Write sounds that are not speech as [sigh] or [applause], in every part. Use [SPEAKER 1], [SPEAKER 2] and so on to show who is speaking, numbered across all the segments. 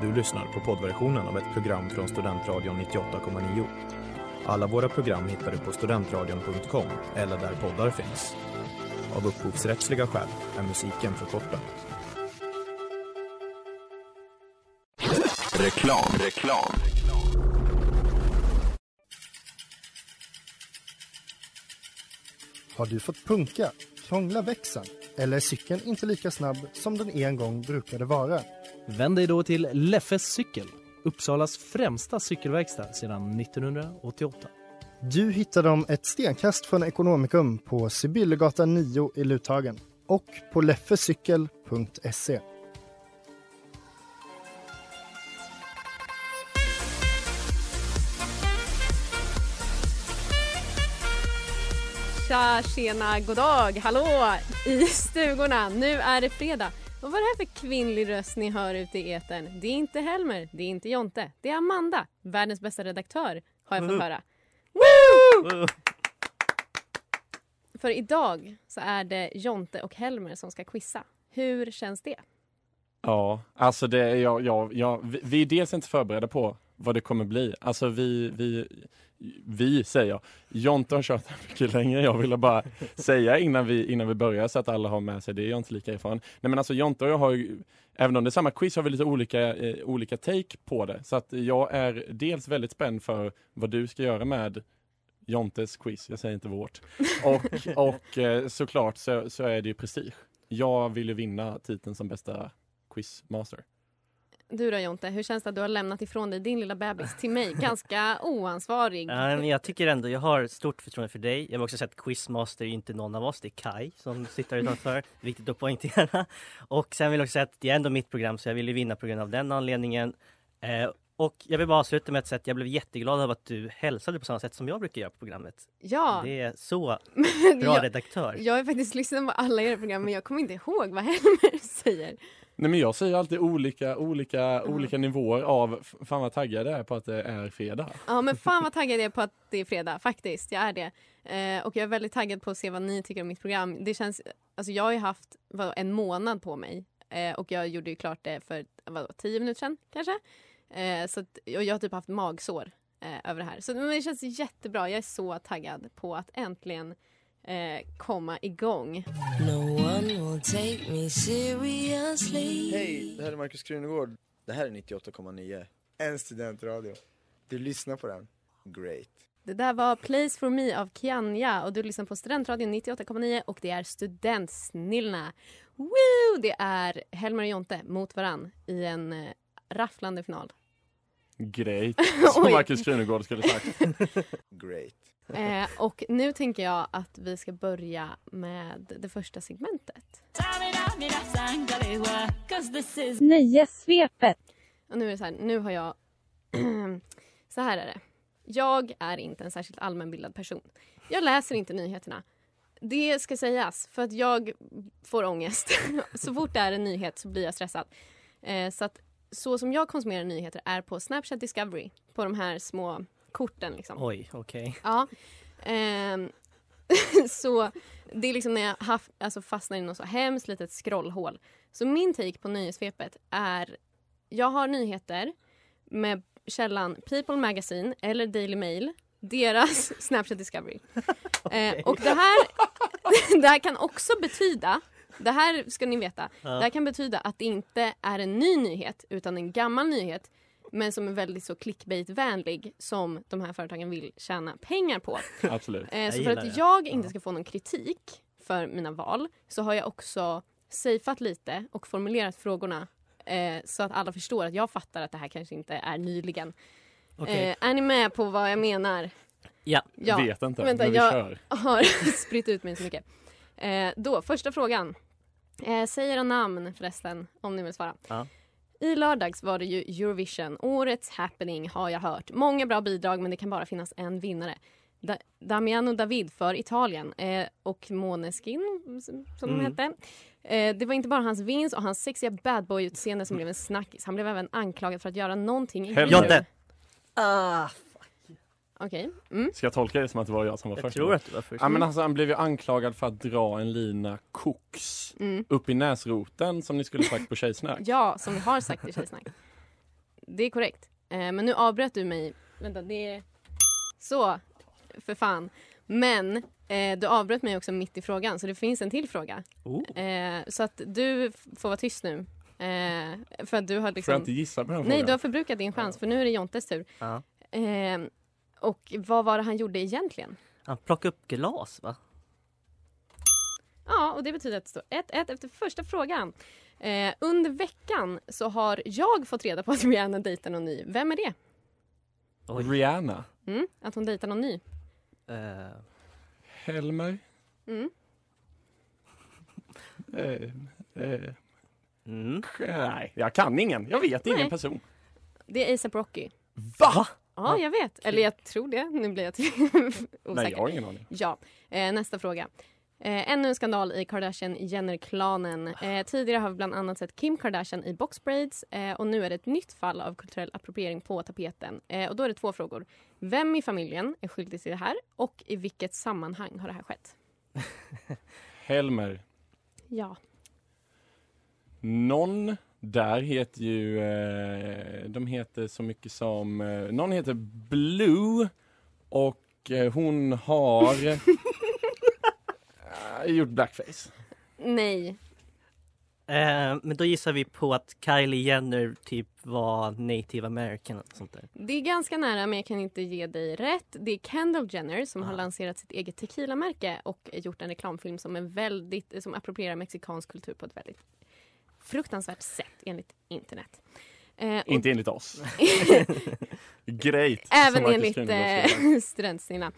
[SPEAKER 1] Du lyssnar på poddversionen av ett program från Studentradion 98,9. Alla våra program hittar du på studentradion.com eller där poddar finns. Av upphovsrättsliga skäl är musiken förkortad.
[SPEAKER 2] Reklam, reklam.
[SPEAKER 3] Har du fått punka, krångla växeln eller är cykeln inte lika snabb som den en gång brukade vara?
[SPEAKER 4] Vänd dig då till Leffes cykel, Uppsalas främsta cykelverkstad sedan 1988.
[SPEAKER 3] Du hittar dem ett stenkast från Ekonomikum på Sibyllegatan 9 i Luthagen och på leffecykel.se.
[SPEAKER 5] Tja, tjena, goddag, hallå i stugorna. Nu är det fredag. Och vad är det här för kvinnlig röst ni hör ute i etern? Det är inte Helmer, det är inte Jonte, det är Amanda, världens bästa redaktör, har jag fått höra. Woo! För idag så är det Jonte och Helmer som ska quizza. Hur känns det?
[SPEAKER 6] Ja, alltså det, är- jag, jag, jag, vi, vi är dels inte förberedda på vad det kommer bli. Alltså vi, vi, vi säger jag. Jonte har kört här mycket längre. Jag ville bara säga innan vi, innan vi börjar så att alla har med sig det. Jag är inte lika erfaren. Nej men alltså Jonte och jag har ju, även om det är samma quiz, har vi lite olika, eh, olika take på det. Så att jag är dels väldigt spänd för vad du ska göra med Jontes quiz, jag säger inte vårt. Och, och eh, såklart så, så är det ju prestige. Jag vill ju vinna titeln som bästa quizmaster.
[SPEAKER 5] Du då Jonte, hur känns det att du har lämnat ifrån dig din lilla bebis till mig? Ganska oansvarig.
[SPEAKER 7] Nej, men jag tycker ändå, jag har stort förtroende för dig. Jag har också sett Quizmaster är inte någon av oss, det är Kai som sitter utanför. Viktigt att poängtera. Och sen vill jag också säga att det är ändå mitt program så jag ville vinna på grund av den anledningen. Eh, och jag vill bara avsluta med att säga att jag blev jätteglad över att du hälsade på samma sätt som jag brukar göra på programmet.
[SPEAKER 5] Ja,
[SPEAKER 7] Det är så bra
[SPEAKER 5] jag,
[SPEAKER 7] redaktör.
[SPEAKER 5] jag har faktiskt lyssnat på alla era program men jag kommer inte ihåg vad Helmer [laughs] säger.
[SPEAKER 6] Nej men jag säger alltid olika, olika, olika nivåer av, f- fan vad taggad jag är på att det är fredag.
[SPEAKER 5] Ja men fan vad taggad jag är på att det är fredag faktiskt. Jag är det. Eh, och jag är väldigt taggad på att se vad ni tycker om mitt program. Det känns, alltså jag har ju haft vad, en månad på mig eh, och jag gjorde ju klart det för vad, tio minuter sedan kanske. Eh, så att, och jag har typ haft magsår eh, över det här. Så men det känns jättebra. Jag är så taggad på att äntligen eh, komma igång.
[SPEAKER 8] No one will take me seriously.
[SPEAKER 9] Hej, det här är Markus Krunegård. Det här är 98,9. En studentradio. Du lyssnar på den. Great.
[SPEAKER 5] Det där var Place for me av Kianja och du lyssnar på Studentradion 98,9 och det är Studentsnillena. Woo! Det är Helmer och Jonte mot varann i en eh, rafflande final. [laughs]
[SPEAKER 6] Great,
[SPEAKER 5] Oj.
[SPEAKER 6] som Markus Krunegård skulle sagt.
[SPEAKER 5] [laughs]
[SPEAKER 9] Great.
[SPEAKER 5] Eh, och nu tänker jag att vi ska börja med det första segmentet.
[SPEAKER 10] Nöjessvepet.
[SPEAKER 5] Och nu är det så här, nu har jag... [clears throat] så här är det. Jag är inte en särskilt allmänbildad person. Jag läser inte nyheterna. Det ska sägas, för att jag får ångest. [laughs] så fort det är en nyhet så blir jag stressad. Eh, så att så som jag konsumerar nyheter är på Snapchat Discovery. På de här små korten liksom.
[SPEAKER 7] Oj, okej.
[SPEAKER 5] Ja. Ehm, [laughs] så det är liksom när jag haft, alltså fastnar i något så hemskt litet scrollhål. Så min take på nyhetssvepet är... Jag har nyheter med källan People Magazine eller Daily Mail. Deras [laughs] Snapchat Discovery. Eh, och det här, [laughs] det här kan också betyda, det här ska ni veta, det här kan betyda att det inte är en ny nyhet utan en gammal nyhet men som är väldigt så clickbait-vänlig som de här företagen vill tjäna pengar
[SPEAKER 7] [laughs]
[SPEAKER 5] på.
[SPEAKER 6] Absolut.
[SPEAKER 5] Eh, så för
[SPEAKER 7] gillar
[SPEAKER 5] att
[SPEAKER 7] det.
[SPEAKER 5] jag inte ska få någon kritik för mina val så har jag också safeat lite och formulerat frågorna eh, så att alla förstår att jag fattar att det här kanske inte är nyligen.
[SPEAKER 7] Okej.
[SPEAKER 5] Eh, är ni med på vad jag menar?
[SPEAKER 7] Ja.
[SPEAKER 5] Ja.
[SPEAKER 6] Vet inte,
[SPEAKER 5] Vänta,
[SPEAKER 6] men vi
[SPEAKER 5] jag-
[SPEAKER 6] kör.
[SPEAKER 5] har [laughs] spritt ut mig så mycket. Eh, då, första frågan. Eh, säg era namn förresten, om ni vill svara.
[SPEAKER 7] Ja.
[SPEAKER 5] I lördags var det ju Eurovision. Årets happening har jag hört. Många bra bidrag, men det kan bara finnas en vinnare. Da- Damiano David för Italien eh, och Måneskin, som som de hette. Eh, det var inte bara hans vinst och hans sexiga badboy-utseende som blev en snackis. Han blev även anklagad för att göra någonting i
[SPEAKER 6] Helvete.
[SPEAKER 5] jul.
[SPEAKER 7] Jonte! Ah,
[SPEAKER 5] Okej. Mm.
[SPEAKER 6] Ska jag tolka det som att det var jag som var
[SPEAKER 7] jag
[SPEAKER 6] först?
[SPEAKER 7] tror att du var först.
[SPEAKER 6] Ja men alltså han blev ju anklagad för att dra en lina
[SPEAKER 5] Mm.
[SPEAKER 6] koks upp i näsroten som ni skulle sagt på tjejsnack.
[SPEAKER 5] Ja, som vi har sagt i Tjejsnack. Det är korrekt. Eh, men nu avbröt du mig. Vänta, det är... Så, för fan. Men eh, du avbröt mig också mitt i frågan, så det finns en till fråga.
[SPEAKER 7] Oh.
[SPEAKER 5] Eh, så att du f- får vara tyst nu. Eh, för att du har
[SPEAKER 6] Får
[SPEAKER 5] [laughs] liksom...
[SPEAKER 6] jag inte gissa på den
[SPEAKER 5] Nej,
[SPEAKER 6] frågan?
[SPEAKER 5] du har förbrukat din chans, för nu är det Jontes tur.
[SPEAKER 7] Ja.
[SPEAKER 5] Eh, och vad var det han gjorde egentligen?
[SPEAKER 7] Han plockade upp glas va?
[SPEAKER 5] Ja, och det betyder att det står 1-1 efter första frågan. Eh, under veckan så har jag fått reda på att Rihanna dejtar någon ny. Vem är det?
[SPEAKER 7] Oj.
[SPEAKER 6] Rihanna?
[SPEAKER 5] Mm, att hon dejtar någon ny.
[SPEAKER 7] Eh,
[SPEAKER 6] Helmer?
[SPEAKER 5] Mm.
[SPEAKER 6] Eh, eh,
[SPEAKER 7] mm.
[SPEAKER 6] nej, jag kan ingen. Jag vet ingen
[SPEAKER 5] Nej.
[SPEAKER 6] person.
[SPEAKER 5] Det är ASAP Rocky.
[SPEAKER 6] Va? Ah,
[SPEAKER 5] Ja, jag vet. Eller jag tror det. Nu blir jag [laughs] till-
[SPEAKER 6] Nej, jag
[SPEAKER 5] osäker.
[SPEAKER 6] har ingen aning.
[SPEAKER 5] Ja, eh, nästa fråga. Eh, ännu en skandal i Kardashian-Jenner-klanen.
[SPEAKER 6] Ah.
[SPEAKER 5] Eh, tidigare har vi bland annat sett Kim Kardashian i boxbraids eh, och nu är det ett nytt fall av kulturell appropriering på tapeten. Eh, och då är det två frågor. Vem i familjen är skyldig till det här och i vilket sammanhang har det här skett?
[SPEAKER 6] Helmer.
[SPEAKER 5] Ja.
[SPEAKER 6] Någon där heter ju, eh, de heter så mycket som, eh, någon heter Blue och eh, hon
[SPEAKER 5] [laughs]
[SPEAKER 6] har eh, gjort blackface.
[SPEAKER 5] Nej.
[SPEAKER 7] Eh, men då gissar vi på att Kylie Jenner typ var native american och sånt där.
[SPEAKER 5] Det är ganska nära, men jag kan inte ge dig rätt. Det är Kendall Jenner som har
[SPEAKER 7] Ah.
[SPEAKER 5] lanserat sitt eget tequila-märke och gjort en reklamfilm som, är väldigt, som approprierar mexikansk kultur på ett väldigt fruktansvärt sätt, enligt internet. Eh, och
[SPEAKER 6] Inte enligt oss. Great!
[SPEAKER 5] även
[SPEAKER 6] som Marcus
[SPEAKER 5] enligt
[SPEAKER 6] Kronlund
[SPEAKER 5] eh,
[SPEAKER 6] säger.
[SPEAKER 5] [laughs] studentsnilla.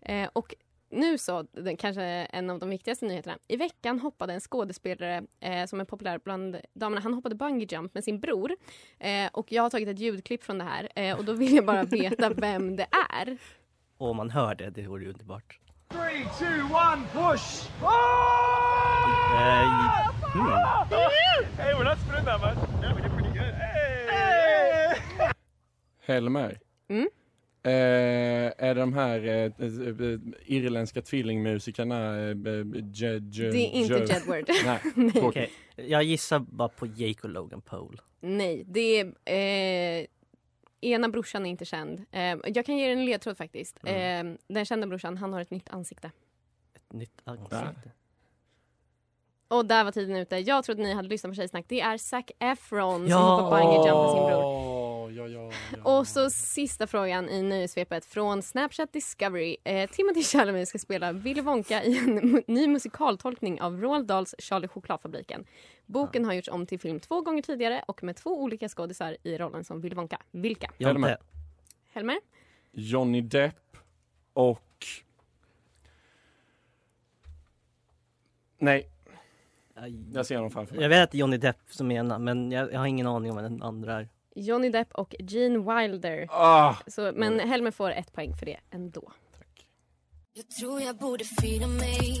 [SPEAKER 5] Eh, och nu så, den, kanske en av de viktigaste nyheterna. I veckan hoppade en skådespelare eh, som är populär bland damerna, han hoppade bungee jump med sin bror. Eh, och jag har tagit ett ljudklipp från det här eh, och då vill jag
[SPEAKER 6] [laughs]
[SPEAKER 5] bara veta vem det är.
[SPEAKER 7] Och om man hör det, det vore ju underbart. Eh, mm.
[SPEAKER 6] Helmer.
[SPEAKER 5] Mm.
[SPEAKER 6] Eh, är det de här eh, eh, irländska tvillingmusikerna? Eh, eh, J- J-
[SPEAKER 5] Det är inte
[SPEAKER 6] J-
[SPEAKER 5] Jedward. [laughs]
[SPEAKER 6] Nej,
[SPEAKER 5] Nej.
[SPEAKER 6] tråkigt.
[SPEAKER 7] Okej, jag gissar bara på Jake och Logan Paul.
[SPEAKER 5] Nej, det är... Eh, ena brorsan är inte känd. Eh, jag kan ge er en ledtråd faktiskt. Eh, den kända brorsan, han har ett nytt ansikte.
[SPEAKER 7] Ett nytt ansikte.
[SPEAKER 5] Och där var tiden ute. Jag trodde ni hade lyssnat på Tjejsnack. Det är Zac Efron
[SPEAKER 7] Ja.
[SPEAKER 5] som hoppar bungee jump med sin bror.
[SPEAKER 6] Åh, ja, ja, ja.
[SPEAKER 5] Och så sista frågan i nöjesvepet från Snapchat Discovery. Eh, Timothy Chalamet ska spela Willy Wonka i en mu- ny musikaltolkning av Roald Dahls Charlie Chokladfabriken. Boken har gjorts om till film två gånger tidigare och med två olika skådisar i rollen som Willy Wonka. Vilka?
[SPEAKER 6] Är de här?
[SPEAKER 7] Jonte,
[SPEAKER 5] Helmer?
[SPEAKER 6] Johnny Depp och... Nej, jag ser honom framför mig.
[SPEAKER 7] jag vet att det är Johnny Depp som är ena, men jag, jag har ingen aning om vad den andra är.
[SPEAKER 5] Johnny Depp och Gene Wilder.
[SPEAKER 6] Ah,
[SPEAKER 5] Så, men Helmer får ett poäng för det ändå.
[SPEAKER 8] Jag tror jag borde fira mig.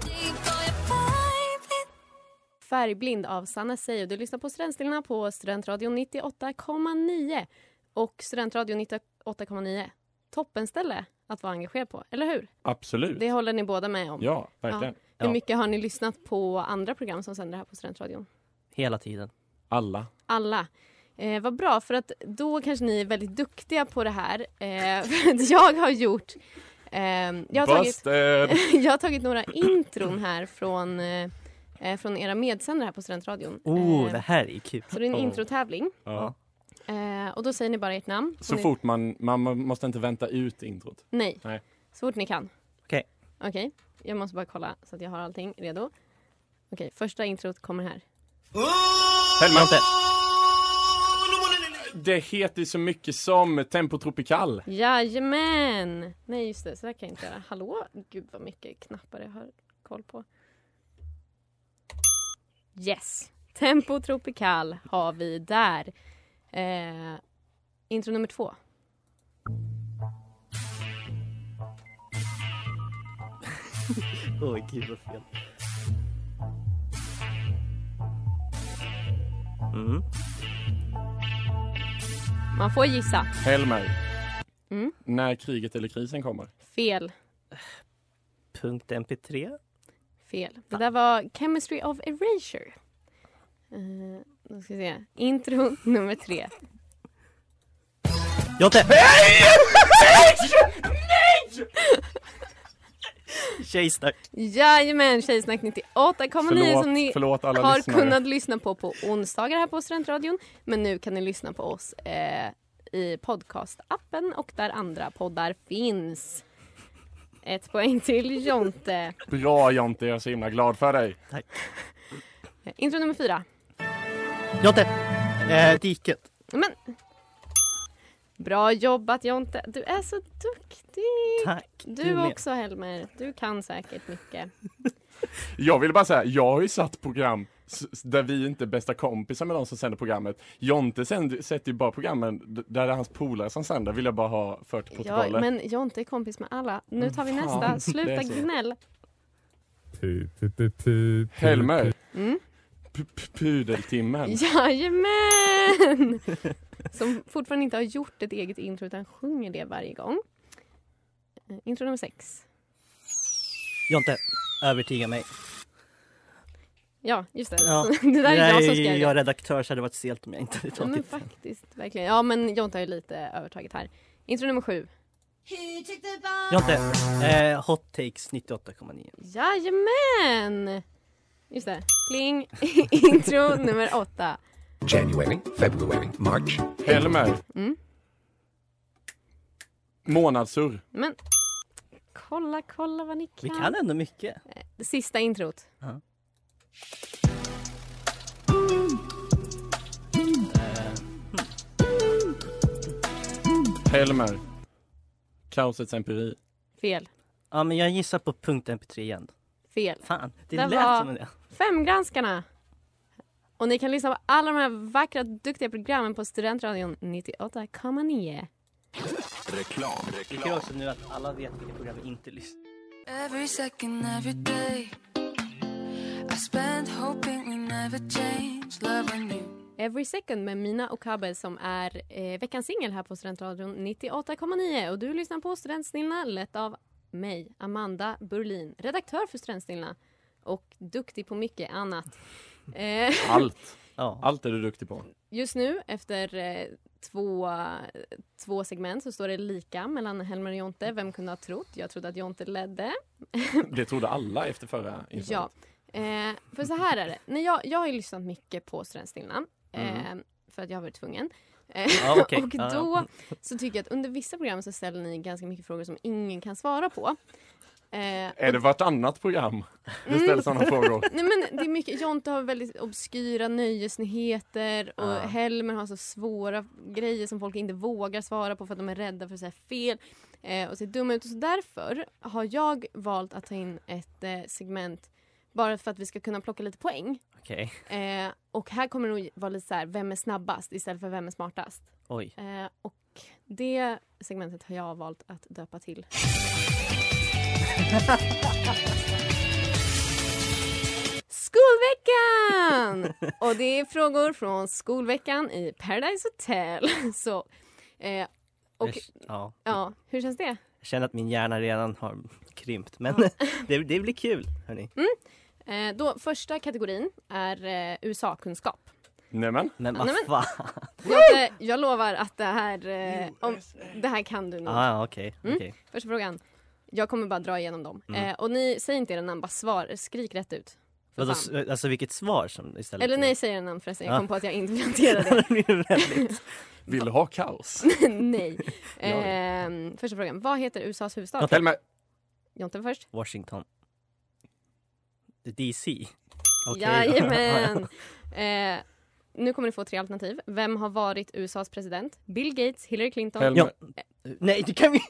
[SPEAKER 8] Det var jag vibe.
[SPEAKER 5] Färgblind av Sanna Sey och du lyssnar på Studentstillarna på Studentradion 98,9. Och Studentradion 98,9, toppenställe att vara engagerad på, eller hur?
[SPEAKER 6] absolut.
[SPEAKER 5] Det håller ni båda med om.
[SPEAKER 6] Ja, verkligen.
[SPEAKER 5] Hur mycket har ni lyssnat på andra program som sänder här på Studentradion?
[SPEAKER 7] Hela tiden.
[SPEAKER 6] Alla.
[SPEAKER 5] Alla. Eh, vad bra, för att då kanske ni är väldigt duktiga på det här. Eh, [laughs] för att jag har gjort... Eh, jag har tagit,
[SPEAKER 6] Busted!
[SPEAKER 5] [laughs] jag har tagit några intron här från, eh, eh, från era medsändare här på Studentradion.
[SPEAKER 7] Oh,
[SPEAKER 5] Eh,
[SPEAKER 7] det här är kul!
[SPEAKER 5] så det är en
[SPEAKER 7] Oh.
[SPEAKER 5] introtävling.
[SPEAKER 6] Ja.
[SPEAKER 5] Eh, och då säger ni bara ert namn.
[SPEAKER 6] Så
[SPEAKER 5] Och ni,
[SPEAKER 6] fort man, man man måste inte vänta ut introt.
[SPEAKER 5] Nej.
[SPEAKER 6] Nej.
[SPEAKER 5] Så fort ni kan.
[SPEAKER 7] Okej.
[SPEAKER 5] Okej. Jag måste bara kolla så att jag har allting redo. Okej, första introt kommer här.
[SPEAKER 6] Helmer.
[SPEAKER 7] Jonte,
[SPEAKER 6] Det heter ju så mycket som Tempo Tropical.
[SPEAKER 5] Jajamän! Nej, just det. Så där kan jag inte göra. Hallå? Gud, vad mycket knappar jag har koll på. Yes! Tempo Tropical har vi där. Eh, intro nummer två.
[SPEAKER 7] oj gud vad fel. Mm.
[SPEAKER 5] Man får gissa.
[SPEAKER 6] Helmer.
[SPEAKER 5] Mm.
[SPEAKER 6] När kriget eller krisen kommer.
[SPEAKER 5] Fel.
[SPEAKER 7] Punkt mp3.
[SPEAKER 5] Fel. Det där var Chemistry of Erasure. Eh, Då ska vi se. Intro [laughs] nummer tre.
[SPEAKER 7] Jonte! Nej! [laughs] Nej! Tjejsnack.
[SPEAKER 5] Jajamän, Tjejsnack 98,9
[SPEAKER 6] Förlåt,
[SPEAKER 5] som ni
[SPEAKER 6] förlåt alla
[SPEAKER 5] har
[SPEAKER 6] lyssnare.
[SPEAKER 5] kunnat lyssna på på onsdagar här på Studentradion. Men nu kan ni lyssna på oss eh, i podcastappen och där andra poddar finns. Ett poäng till Jonte.
[SPEAKER 6] Bra Jonte, jag är så himla glad för dig.
[SPEAKER 5] Eh, Intro nummer fyra.
[SPEAKER 7] Jonte! Eh, diket.
[SPEAKER 5] Men. Bra jobbat Jonte. Du är så duktig.
[SPEAKER 7] Tack.
[SPEAKER 5] Du
[SPEAKER 7] med.
[SPEAKER 5] också Helmer. Du kan säkert mycket.
[SPEAKER 6] Jag vill bara säga, jag har ju satt program s- s- där vi inte är bästa kompisar med de som sänder programmet. Jonte sänd, sätter ju bara programmen d- där det är hans polare som sänder, vill jag bara ha fört till
[SPEAKER 5] Ja,
[SPEAKER 6] protokollet.
[SPEAKER 5] men Jonte är kompis med alla. Nu tar vi
[SPEAKER 6] Mm, fan.
[SPEAKER 5] nästa.
[SPEAKER 6] Det
[SPEAKER 5] Sluta
[SPEAKER 6] är så.
[SPEAKER 5] gnäll.
[SPEAKER 6] Helmer,
[SPEAKER 5] Mm.
[SPEAKER 6] p- p- pudeltimmen.
[SPEAKER 5] Jajamän! [laughs] Som fortfarande inte har gjort ett eget intro utan sjunger det varje gång. Eh, Intro nummer sex.
[SPEAKER 7] Jonte, övertyga mig.
[SPEAKER 5] Ja, just det.
[SPEAKER 7] Ja.
[SPEAKER 5] [laughs] Det där är jag som ska göra
[SPEAKER 7] jag, jag
[SPEAKER 5] det.
[SPEAKER 7] är redaktör så det hade varit stelt om jag inte hade
[SPEAKER 5] Ja, men
[SPEAKER 7] tagit.
[SPEAKER 5] faktiskt, verkligen. Ja, men Jonte har ju lite övertaget här. Intro nummer sju.
[SPEAKER 7] Jonte, eh, hot takes 98,9.
[SPEAKER 5] Jajamän! Just det. Pling. [laughs] intro nummer åtta.
[SPEAKER 2] January, February, March,
[SPEAKER 6] Helmer.
[SPEAKER 5] Mm.
[SPEAKER 6] Månadsur.
[SPEAKER 5] Men kolla, kolla vad ni kan.
[SPEAKER 7] Vi kan ändå mycket.
[SPEAKER 5] Sista introt.
[SPEAKER 6] Helmer. Kaosets empiri.
[SPEAKER 5] Fel.
[SPEAKER 7] Ja men jag gissar på punkt mp3 igen.
[SPEAKER 5] Fel.
[SPEAKER 7] Fan, det
[SPEAKER 5] Det
[SPEAKER 7] lät
[SPEAKER 5] var-
[SPEAKER 7] som det.
[SPEAKER 5] Femgranskarna. Och ni kan lyssna på alla de här vackra, duktiga programmen på Studentradion 98,9.
[SPEAKER 7] Det är kul också nu att alla vet vilka program vi inte lyssnar
[SPEAKER 8] Every second, every day. I spend hoping we never change. Loving you.
[SPEAKER 5] Every Second med Mina Okabe som är eh, veckans singel här på Studentradion 98,9. Och du lyssnar på Studentsnillena lett av mig, Amanda Burlin, redaktör för Studentsnillena och duktig på mycket annat. Eh,
[SPEAKER 6] Allt.
[SPEAKER 7] Ja.
[SPEAKER 6] Allt är du duktig på.
[SPEAKER 5] just nu, efter eh, två, två segment, så står det lika mellan Helmer och Jonte. Vem kunde ha trott? Jag trodde att Jonte ledde.
[SPEAKER 6] Det trodde alla efter förra
[SPEAKER 5] Ja.
[SPEAKER 6] inslaget.
[SPEAKER 5] Eh, för så här är det. När jag, jag har ju lyssnat mycket på Studentsnillena. Eh, för att jag har varit tvungen. Eh,
[SPEAKER 7] Ja, Mm. okej.
[SPEAKER 5] och
[SPEAKER 7] Ja,
[SPEAKER 5] då så tycker jag att under vissa program så ställer ni ganska mycket frågor som ingen kan svara på. Eh,
[SPEAKER 6] Är det vartannat program? Det ställer sådana
[SPEAKER 5] Mm.
[SPEAKER 6] frågor.
[SPEAKER 5] Nej men det är mycket, Jonte har väldigt obskyra nöjesnyheter och
[SPEAKER 7] Ja.
[SPEAKER 5] Helmer har så svåra grejer som folk inte vågar svara på för att de är rädda för att säga fel eh, och se dumma ut. Och så därför har jag valt att ta in ett eh, segment bara för att vi ska kunna plocka lite poäng.
[SPEAKER 7] Okej,
[SPEAKER 5] Eh, och här kommer det nog vara lite så här, vem är snabbast istället för vem är smartast?
[SPEAKER 7] oj.
[SPEAKER 5] Eh, och det segmentet har jag valt att döpa till. Skolveckan! Och det är frågor från skolveckan i Paradise Hotel. [laughs] Så, eh, och
[SPEAKER 7] Jag, ja.
[SPEAKER 5] ja, hur känns det?
[SPEAKER 7] jag känner att min hjärna redan har krympt men [laughs] det, det blir kul hörni.
[SPEAKER 5] Eh, då, första kategorin är eh, USA-kunskap.
[SPEAKER 6] Nämen.
[SPEAKER 7] Men
[SPEAKER 5] Ja, nej,
[SPEAKER 7] vad fan. [laughs]
[SPEAKER 5] Jag, eh, jag lovar att det här, eh, om, det här kan du nog.
[SPEAKER 7] Ah, ja, okej.
[SPEAKER 5] Mm.
[SPEAKER 7] okej.
[SPEAKER 5] Första frågan. Jag kommer bara dra igenom dem.
[SPEAKER 7] Mm.
[SPEAKER 5] Eh, och ni, säg inte era namn, bara svar. Skrik rätt ut. För
[SPEAKER 7] Vadå,
[SPEAKER 5] fan.
[SPEAKER 7] s- Ah. Alltså vilket svar som istället.
[SPEAKER 5] Eller nej, säg era namn förresten. Jag
[SPEAKER 7] Ja.
[SPEAKER 5] kom på att jag inte [laughs] vill hantera det.
[SPEAKER 7] [laughs] det blir väldigt.
[SPEAKER 6] Vill du
[SPEAKER 5] [laughs]
[SPEAKER 6] ha kaos?
[SPEAKER 5] nej. Ehm, första frågan. Vad heter USAs huvudstad?
[SPEAKER 6] Helmer.
[SPEAKER 5] Jonte var först.
[SPEAKER 7] Washington. DC. Okej. [laughs]
[SPEAKER 5] Jajamän! Eh, nu kommer ni få tre alternativ. Vem har varit USAs president? Bill Gates, Hillary Clinton.
[SPEAKER 6] Helmer.
[SPEAKER 7] Ja. Nej, du kan vi...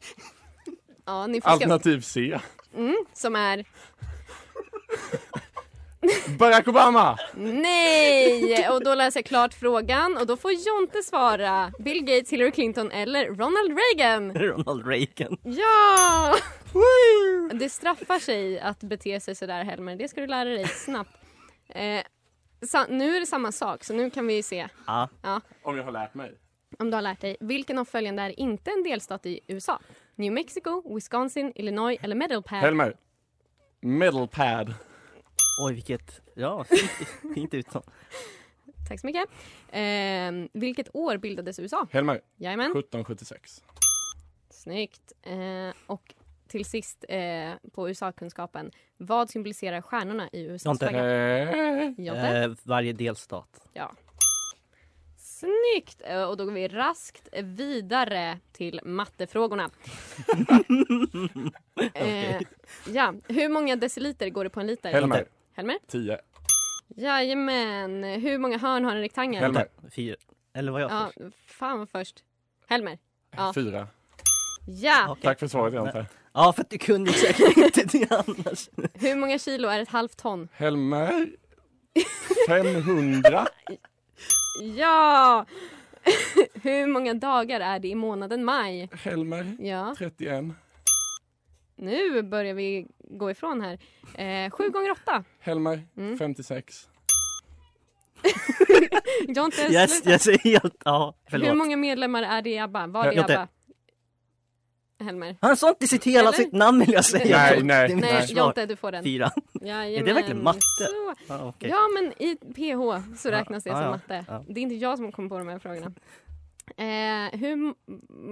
[SPEAKER 5] Ja, ni får ska,
[SPEAKER 6] Alternativ C.
[SPEAKER 5] mm, som är
[SPEAKER 6] Barack Obama!
[SPEAKER 5] nej! Och då läser jag klart frågan och då får Jonte svara. Bill Gates, Hillary Clinton eller Ronald Reagan.
[SPEAKER 7] Ronald Reagan.
[SPEAKER 5] Ja! Det straffar sig att bete sig sådär Helmer, det ska du lära dig snabbt. Eh, sa, nu är det samma sak, så nu kan vi se
[SPEAKER 7] Ja.
[SPEAKER 6] Om jag har lärt mig.
[SPEAKER 5] om du har lärt dig. Vilken av följande är inte en delstat i USA? New Mexico, Wisconsin, Illinois eller Middle Pad?
[SPEAKER 6] Helmer. Middle pad.
[SPEAKER 5] [laughs]
[SPEAKER 7] Oj, vilket... Ja, fint, fint uttal.
[SPEAKER 5] Tack så mycket. Ehm, vilket år bildades USA?
[SPEAKER 6] Helmer,
[SPEAKER 5] Jajamän.
[SPEAKER 6] 1776.
[SPEAKER 5] Snyggt. Eh, och till sist eh, på USA-kunskapen. Vad symboliserar stjärnorna i USAs
[SPEAKER 7] Jonte.
[SPEAKER 5] flagga?
[SPEAKER 6] Eh,
[SPEAKER 5] Jonte.
[SPEAKER 7] Eh, varje delstat.
[SPEAKER 5] Snyggt! Eh, Och då går vi raskt vidare till mattefrågorna. eh, ja. Hur många deciliter går det på en liter?
[SPEAKER 6] Helmer,
[SPEAKER 5] Helmer?
[SPEAKER 6] 10.
[SPEAKER 5] Jajamän. Hur många hörn har en rektangel?
[SPEAKER 6] Helmer,
[SPEAKER 7] Fyra. Eller vad jag
[SPEAKER 5] Ja,
[SPEAKER 7] först?
[SPEAKER 5] fan vad först. Helmer. Ja.
[SPEAKER 6] 4.
[SPEAKER 5] Ja!
[SPEAKER 7] Okej.
[SPEAKER 6] Tack för svaret Jonte.
[SPEAKER 7] Ja, för att du kunde ju säkert inte det annars.
[SPEAKER 5] Hur många kilo är ett halvt ton? [laughs]
[SPEAKER 6] Helmer, 500.
[SPEAKER 5] Ja! [laughs] Hur många dagar är det i månaden maj?
[SPEAKER 6] Helmer,
[SPEAKER 5] Ja,
[SPEAKER 6] 31.
[SPEAKER 5] nu börjar vi gå ifrån här. Eh, sju gånger åtta.
[SPEAKER 6] Helmer,
[SPEAKER 5] Mm.
[SPEAKER 6] 56.
[SPEAKER 5] Jag har inte ens
[SPEAKER 7] Yes,
[SPEAKER 5] slutat.
[SPEAKER 7] jag säger helt... Ja,
[SPEAKER 5] Hur
[SPEAKER 7] förlåt.
[SPEAKER 5] många medlemmar är det i ABBA? Var är
[SPEAKER 7] Jonte.
[SPEAKER 5] ABBA? Helmer.
[SPEAKER 7] Han sa inte sitt hela
[SPEAKER 5] Eller?
[SPEAKER 7] sitt namn vill jag säga.
[SPEAKER 6] Nej, nej,
[SPEAKER 7] Det är mitt
[SPEAKER 5] Nej,
[SPEAKER 7] försvar.
[SPEAKER 5] Jonte, du får den.
[SPEAKER 7] Fyra.
[SPEAKER 5] Jajamän.
[SPEAKER 7] verkligen matte?
[SPEAKER 5] Så.
[SPEAKER 7] Ja, okej.
[SPEAKER 5] Ja, men i PH så räknas det
[SPEAKER 7] ja,
[SPEAKER 5] som
[SPEAKER 7] ja,
[SPEAKER 5] matte.
[SPEAKER 7] ja.
[SPEAKER 5] Det är inte jag som kommer på de här frågorna. Eh, hur m-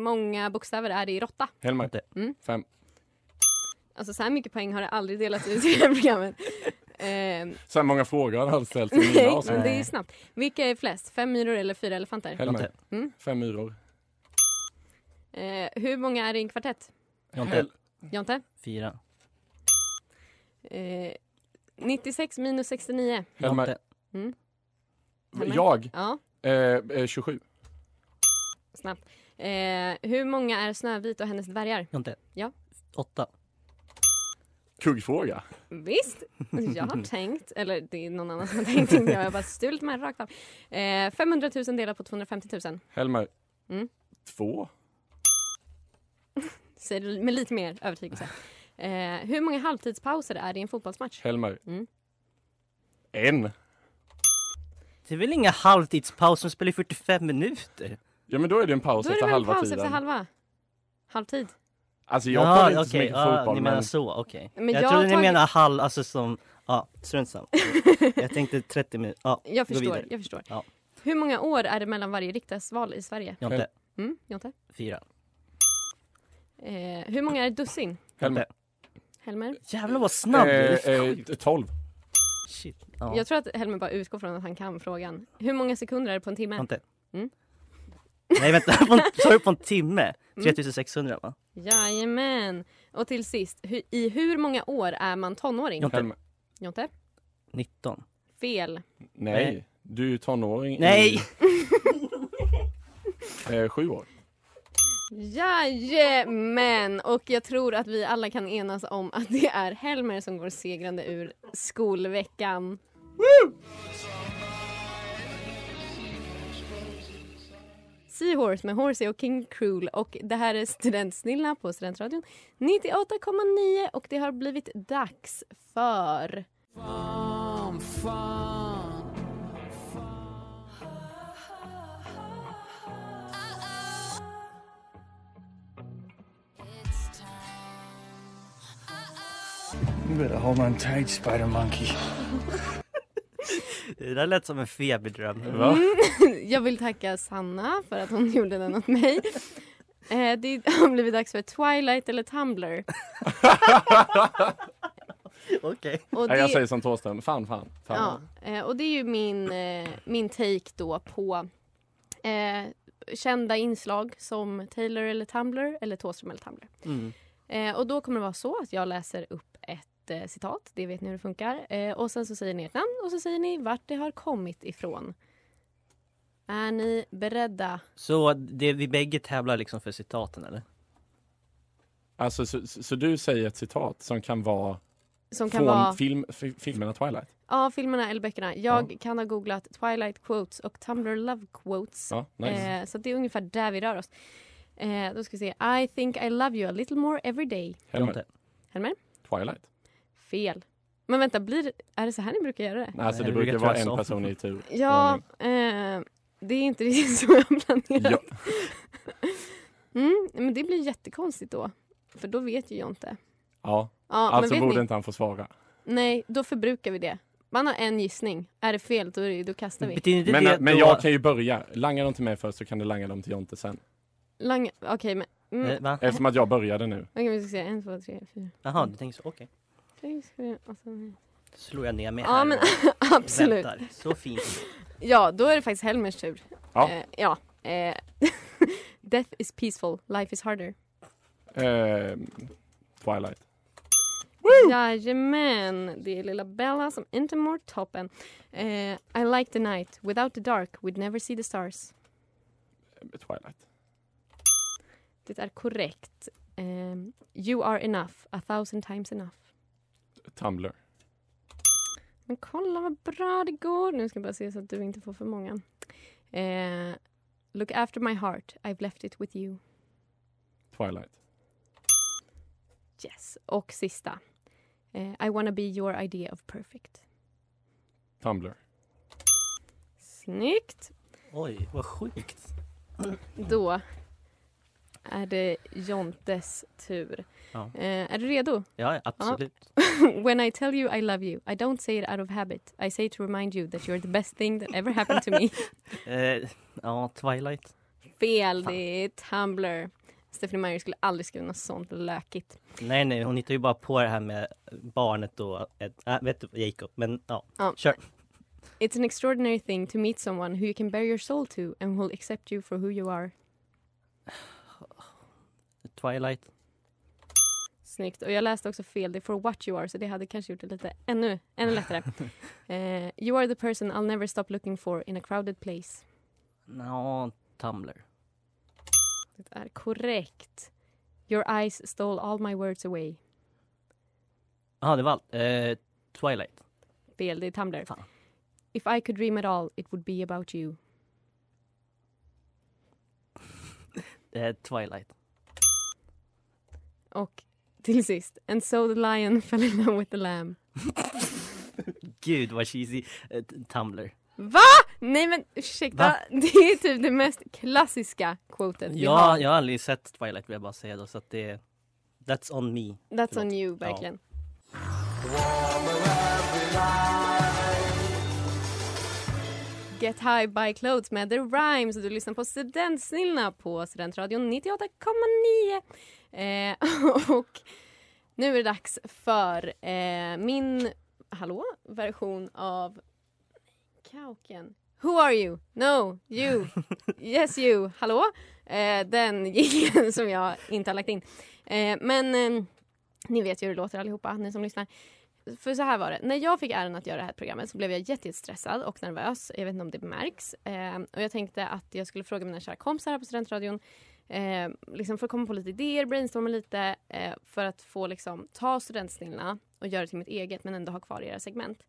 [SPEAKER 5] många bokstäver är det i råtta?
[SPEAKER 6] Helmer,
[SPEAKER 7] Jonte.
[SPEAKER 5] Mm.
[SPEAKER 6] 5.
[SPEAKER 5] Alltså så här mycket poäng har det aldrig delats ut i det här programmet.
[SPEAKER 7] [laughs]
[SPEAKER 5] Eh,
[SPEAKER 6] Så här många frågor har han ställt i
[SPEAKER 5] [laughs]
[SPEAKER 6] mina
[SPEAKER 5] nej,
[SPEAKER 6] avsnitt.
[SPEAKER 5] men det är snabbt. Vilka är flest? Fem myror eller fyra elefanter?
[SPEAKER 6] Helmer,
[SPEAKER 5] Mm.
[SPEAKER 6] fem myror.
[SPEAKER 5] Eh, hur många är det i en kvartett?
[SPEAKER 7] Jonte.
[SPEAKER 5] Jonte?
[SPEAKER 7] Fyra.
[SPEAKER 5] Eh, 96 minus 69.
[SPEAKER 6] Helmer.
[SPEAKER 5] Mm.
[SPEAKER 6] Jag?
[SPEAKER 5] Ja,
[SPEAKER 6] Eh, eh, 27.
[SPEAKER 5] snabbt. Eh, hur många är Snövit och hennes dvärgar?
[SPEAKER 7] Jonte.
[SPEAKER 5] Ja.
[SPEAKER 7] Åtta.
[SPEAKER 6] Kuggfråga.
[SPEAKER 5] Visst, [laughs] jag har tänkt, eller det är någon annan som har tänkt, inte jag Jag har bara stulit mig rakt av. Eh, 500 000 delat på 250 000.
[SPEAKER 6] Helmer.
[SPEAKER 5] Mm.
[SPEAKER 6] Två.
[SPEAKER 5] Säger du med lite mer övertygelse. Eh, hur många halvtidspauser är det i en fotbollsmatch?
[SPEAKER 6] Helmer.
[SPEAKER 5] Mm.
[SPEAKER 6] En.
[SPEAKER 7] Det är väl inga halvtidspauser, de spelar ju 45 minuter?
[SPEAKER 6] Ja men då är det en paus
[SPEAKER 5] Då är det
[SPEAKER 6] efter
[SPEAKER 5] väl en
[SPEAKER 6] halva
[SPEAKER 5] paus
[SPEAKER 6] tiden.
[SPEAKER 5] efter halva? Halvtid?
[SPEAKER 6] Alltså jag kollar inte så mycket fotboll
[SPEAKER 7] ni
[SPEAKER 6] men...
[SPEAKER 7] menar så, okej.
[SPEAKER 5] Men
[SPEAKER 7] Jag,
[SPEAKER 5] jag har
[SPEAKER 7] trodde ni
[SPEAKER 5] tagit-
[SPEAKER 7] menar halv, alltså som, ja,
[SPEAKER 5] [laughs]
[SPEAKER 7] strunt samma. jag tänkte 30 minuter, ja,
[SPEAKER 5] Jag
[SPEAKER 7] gå
[SPEAKER 5] förstår.
[SPEAKER 7] vidare.
[SPEAKER 5] Jag förstår.
[SPEAKER 7] Ja.
[SPEAKER 5] Hur många år är det mellan varje riksdagsval i Sverige?
[SPEAKER 7] Jonte,
[SPEAKER 5] Mm, Jonte?
[SPEAKER 7] fyra.
[SPEAKER 5] Eh, hur många är ett dussin?
[SPEAKER 6] Helmer.
[SPEAKER 5] Helmer?
[SPEAKER 7] Jävlar vad snabb du är,
[SPEAKER 6] Eh,
[SPEAKER 7] det är
[SPEAKER 6] eh,
[SPEAKER 7] sjukt.
[SPEAKER 6] tolv.
[SPEAKER 7] Shit. Ja.
[SPEAKER 5] Jag tror att Helmer bara utgår från att han kan frågan. Hur många sekunder är det på en timme?
[SPEAKER 7] Jonte.
[SPEAKER 5] Mm.
[SPEAKER 7] Nej vänta,
[SPEAKER 5] [laughs]
[SPEAKER 7] på en- sa du på en timme?
[SPEAKER 5] Mm.
[SPEAKER 7] 3600 va?
[SPEAKER 5] Jajamän! Och till sist, hu- i hur många år är man tonåring?
[SPEAKER 7] Jonte.
[SPEAKER 6] Helmer.
[SPEAKER 5] Jonte?
[SPEAKER 7] 19.
[SPEAKER 5] Fel.
[SPEAKER 6] Nej.
[SPEAKER 7] Nej.
[SPEAKER 6] Du är ju tonåring
[SPEAKER 7] Nej!
[SPEAKER 6] i [laughs] eh, sju år.
[SPEAKER 5] Jajamän! Och jag tror att vi alla kan enas om att det är Helmer som går segrande ur skolveckan. Seahorse med Horsey och King Cruel och det här är Studentsnilla på Studentradion 98,9 och det har blivit dags för
[SPEAKER 7] Det där lät som en feberdröm.
[SPEAKER 6] Va?
[SPEAKER 5] Jag vill tacka Sanna för att hon [laughs] gjorde den åt mig. Eh, det har blivit dags för Twilight eller Tumblr.
[SPEAKER 7] Okej.
[SPEAKER 5] Och
[SPEAKER 6] Nej, jag
[SPEAKER 5] det,
[SPEAKER 6] säger som Thåström. Fan, fan. fan.
[SPEAKER 5] ja, eh, och det är ju min, eh, min take då på eh, kända inslag som Taylor eller Tumblr eller Thåström eller Tumblr.
[SPEAKER 7] Mm.
[SPEAKER 5] Eh, och då kommer det vara så att jag läser upp ett eh, citat, det vet ni hur det funkar. Eh, och sen så säger ni ert namn och så säger ni vart det har kommit ifrån. Är ni beredda?
[SPEAKER 7] Så det, vi bägge tävlar liksom för citaten eller?
[SPEAKER 6] Alltså, så, så så du säger ett citat som kan vara
[SPEAKER 5] Som kan
[SPEAKER 6] från
[SPEAKER 5] vara...
[SPEAKER 6] film, fi, filmerna Twilight?
[SPEAKER 5] Ja, filmerna eller böckerna. Jag kan ha googlat Twilight Quotes och Tumblr Love Quotes.
[SPEAKER 6] Ja, nice.
[SPEAKER 5] Eh, så att det är ungefär där vi rör oss. Eh, då ska vi se. I think I love you a little more every day.
[SPEAKER 6] Helmer.
[SPEAKER 7] Jonte.
[SPEAKER 5] Helmer?
[SPEAKER 6] Twilight.
[SPEAKER 5] Fel. Men vänta, blir, det- är det så här ni brukar göra det?
[SPEAKER 6] Nej, alltså
[SPEAKER 7] Nej,
[SPEAKER 6] det
[SPEAKER 7] det brukar
[SPEAKER 6] brukar vara en
[SPEAKER 7] jag så.
[SPEAKER 6] person
[SPEAKER 5] [laughs]
[SPEAKER 6] i tur.
[SPEAKER 5] Ja,
[SPEAKER 6] ordning.
[SPEAKER 5] eh, det är inte [laughs] riktigt så jag planerat.
[SPEAKER 6] Ja.
[SPEAKER 5] [laughs] Mm, men det blir jättekonstigt då. För då vet ju jag inte.
[SPEAKER 6] ja.
[SPEAKER 5] Ja,
[SPEAKER 6] alltså
[SPEAKER 5] men vet
[SPEAKER 6] borde
[SPEAKER 5] ni?
[SPEAKER 6] inte han få svara.
[SPEAKER 5] Nej, då förbrukar vi det. Man har en gissning. Är det fel, då, är det- då kastar vi.
[SPEAKER 7] Betyder inte det
[SPEAKER 6] Men,
[SPEAKER 7] att
[SPEAKER 6] men
[SPEAKER 7] då-
[SPEAKER 6] jag kan ju börja. Langar de till mig först så kan du langa dem till Jonte sen.
[SPEAKER 5] Lang... Okej, men...
[SPEAKER 7] Eh,
[SPEAKER 5] Mm.
[SPEAKER 7] Va?
[SPEAKER 6] Eftersom att jag började nu.
[SPEAKER 5] Okej, vi ska se. En, två, tre, fyra.
[SPEAKER 7] Jaha, du tänker så, okej.
[SPEAKER 5] Tre, fyra, åtta, nio.
[SPEAKER 7] Då slår jag ner mig
[SPEAKER 5] Ja, [laughs]
[SPEAKER 7] här
[SPEAKER 5] men-
[SPEAKER 7] och
[SPEAKER 5] Absolut.
[SPEAKER 7] väntar. Så fint.
[SPEAKER 5] Ja, då är det faktiskt Helmers tur.
[SPEAKER 6] Ja.
[SPEAKER 5] Eh, ja. Eh, [laughs] Death is peaceful, life is harder.
[SPEAKER 6] Eh, Twilight.
[SPEAKER 5] Jajamän, det är lilla Bella som inte mår toppen. Eh, I like the night, without the dark we'd never see the stars.
[SPEAKER 6] Twilight.
[SPEAKER 5] Det är korrekt. Eh, you are enough, a thousand times enough.
[SPEAKER 6] Tumblr.
[SPEAKER 5] Men kolla vad bra det går. Nu ska jag bara se så att du inte får för många. Eh, look after my heart, I've left it with you.
[SPEAKER 6] Twilight.
[SPEAKER 5] Yes. Och sista. Eh, I wanna be your idea of perfect.
[SPEAKER 6] Tumblr.
[SPEAKER 5] Snyggt.
[SPEAKER 7] Oj, vad sjukt.
[SPEAKER 5] Då är det Jontes tur.
[SPEAKER 7] Ja.
[SPEAKER 5] Eh, är du redo? [laughs]
[SPEAKER 7] Ja, absolut.
[SPEAKER 5] When I tell you I love you, I don't say it out of habit. I say it to remind you that you're the best thing that ever happened to me.
[SPEAKER 7] [laughs] Eh, ja, Twilight.
[SPEAKER 5] [laughs] Fel, det är Tumblr. Stephanie Meyer skulle aldrig skriva något sånt lökigt.
[SPEAKER 7] Nej, nej, hon hittar ju bara på det här med barnet och ett, äh, vet du, Jacob. Men ja,
[SPEAKER 5] Ja.
[SPEAKER 7] kör.
[SPEAKER 5] It's an extraordinary thing to meet someone who you can bare your soul to and will accept you for who you are.
[SPEAKER 7] Twilight.
[SPEAKER 5] Snyggt. Och jag läste också fel. Det är for what you are, så det hade kanske gjort det lite ännu, ännu
[SPEAKER 7] [laughs]
[SPEAKER 5] lättare. Eh, you are the person I'll never stop looking for in a crowded place.
[SPEAKER 7] Ja, Tumblr.
[SPEAKER 5] Det är korrekt. Your eyes stole all my words away.
[SPEAKER 7] Ja, det var allt. Eh, Twilight.
[SPEAKER 5] Fel, det är Tumblr.
[SPEAKER 7] Fan.
[SPEAKER 5] If I could dream at all, it would be about you.
[SPEAKER 7] Eh, Twilight.
[SPEAKER 5] Och till sist, and so the lion [laughs] fell in love with the lamb.
[SPEAKER 7] [laughs] Gud vad cheesy. Eh, t- Tumblr.
[SPEAKER 5] Va? Nej men ursäkta,
[SPEAKER 7] Va?
[SPEAKER 5] [laughs] det är typ det mest klassiska quotet vi
[SPEAKER 7] Ja,
[SPEAKER 5] har.
[SPEAKER 7] jag har aldrig sett Twilight vill jag bara säga då, så att det... That's on me.
[SPEAKER 5] That's on
[SPEAKER 7] Förlåt.
[SPEAKER 5] you, verkligen. Get High By Clothes med The Rhymes. Du lyssnar på Studentsnillena på Studentradion 98,9. Eh, [laughs] och nu är det dags för eh, min, hallå, version av Kauken. Who are you? No, you. Yes you. Hallå? Eh, den jingeln som jag inte har lagt in. Eh, men eh, ni vet ju hur det låter allihopa, ni som lyssnar. För så här var det, när jag fick äran att göra det här programmet så blev jag jätte- jättestressad och nervös. Jag vet inte om det märks. Eh, och jag tänkte att jag skulle fråga mina kära kompisar här på Studentradion eh, liksom för att komma på lite idéer, brainstorma lite eh, för att få liksom, ta studentsnillena och göra det till mitt eget men ändå ha kvar era segment.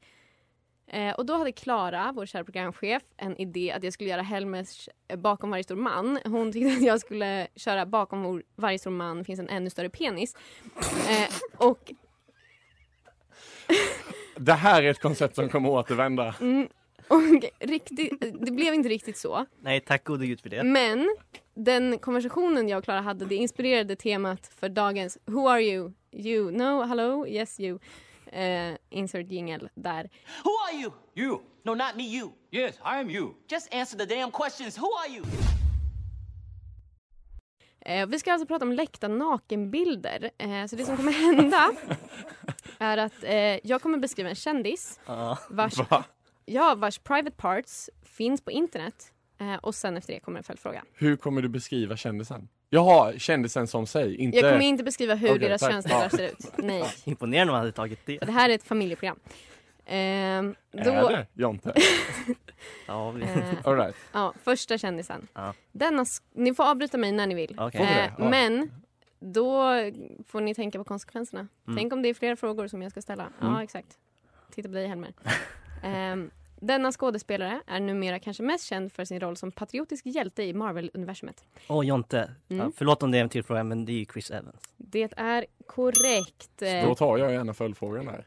[SPEAKER 5] Eh, och då hade Klara, vår kära programchef, en idé att jag skulle göra Helmers eh, bakom varje stor man. Hon tyckte att jag skulle köra bakom vor- varje stor man finns en ännu större penis. Eh, och
[SPEAKER 6] Det här är ett koncept som kommer återvända.
[SPEAKER 5] och riktigt, det blev inte riktigt så.
[SPEAKER 7] Nej, tack gode gud för det.
[SPEAKER 5] Men den konversationen jag och Klara hade det inspirerade temat för dagens Who are you? You? No? Hello? Yes you? Eh, insert jingle där.
[SPEAKER 10] Who are you? You. No, not me, you. Yes, I am you. Just answer the damn questions. Who are you?
[SPEAKER 5] Eh, vi ska alltså prata om läckta nakenbilder. Eh, så det som kommer
[SPEAKER 6] [laughs]
[SPEAKER 5] hända är att eh, jag kommer beskriva en kändis
[SPEAKER 7] Ja.
[SPEAKER 5] vars, ja, vars private parts finns på internet. Eh, och sen efter det kommer en följdfråga.
[SPEAKER 6] Hur kommer du beskriva kändisen? Jaha, kändisen som sig, inte...
[SPEAKER 5] Jag kommer inte beskriva hur
[SPEAKER 6] Okej,
[SPEAKER 5] deras
[SPEAKER 6] tack.
[SPEAKER 5] könsdelar
[SPEAKER 6] Ja.
[SPEAKER 5] ser ut.
[SPEAKER 6] [laughs]
[SPEAKER 5] Nej.
[SPEAKER 7] Imponerande om man hade tagit det.
[SPEAKER 5] Det här är ett familjeprogram. Ehm,
[SPEAKER 6] Är
[SPEAKER 5] då,
[SPEAKER 6] det Jonte?
[SPEAKER 7] Ja, vi...
[SPEAKER 6] [laughs]
[SPEAKER 5] eh,
[SPEAKER 6] All right.
[SPEAKER 5] ja, första kändisen.
[SPEAKER 7] Ja.
[SPEAKER 5] Denna sk- ni får avbryta mig när ni vill.
[SPEAKER 7] [laughs] Okej.
[SPEAKER 6] Får vi det?
[SPEAKER 5] Eh,
[SPEAKER 6] Ja.
[SPEAKER 5] Men då får ni tänka på konsekvenserna.
[SPEAKER 6] Mm.
[SPEAKER 5] Tänk om det är flera frågor som jag ska ställa. Ja, exakt. Titta på dig, Helmer. [laughs] Ehm, denna skådespelare är numera kanske mest känd för sin roll som patriotisk hjälte i Marvel-universumet.
[SPEAKER 7] Åh, Jonte.
[SPEAKER 5] mm.
[SPEAKER 7] Ja, förlåt om det är en till fråga, men det är ju Chris Evans.
[SPEAKER 5] Det är korrekt. [laughs] Eh,
[SPEAKER 6] Då tar jag gärna följdfrågan där.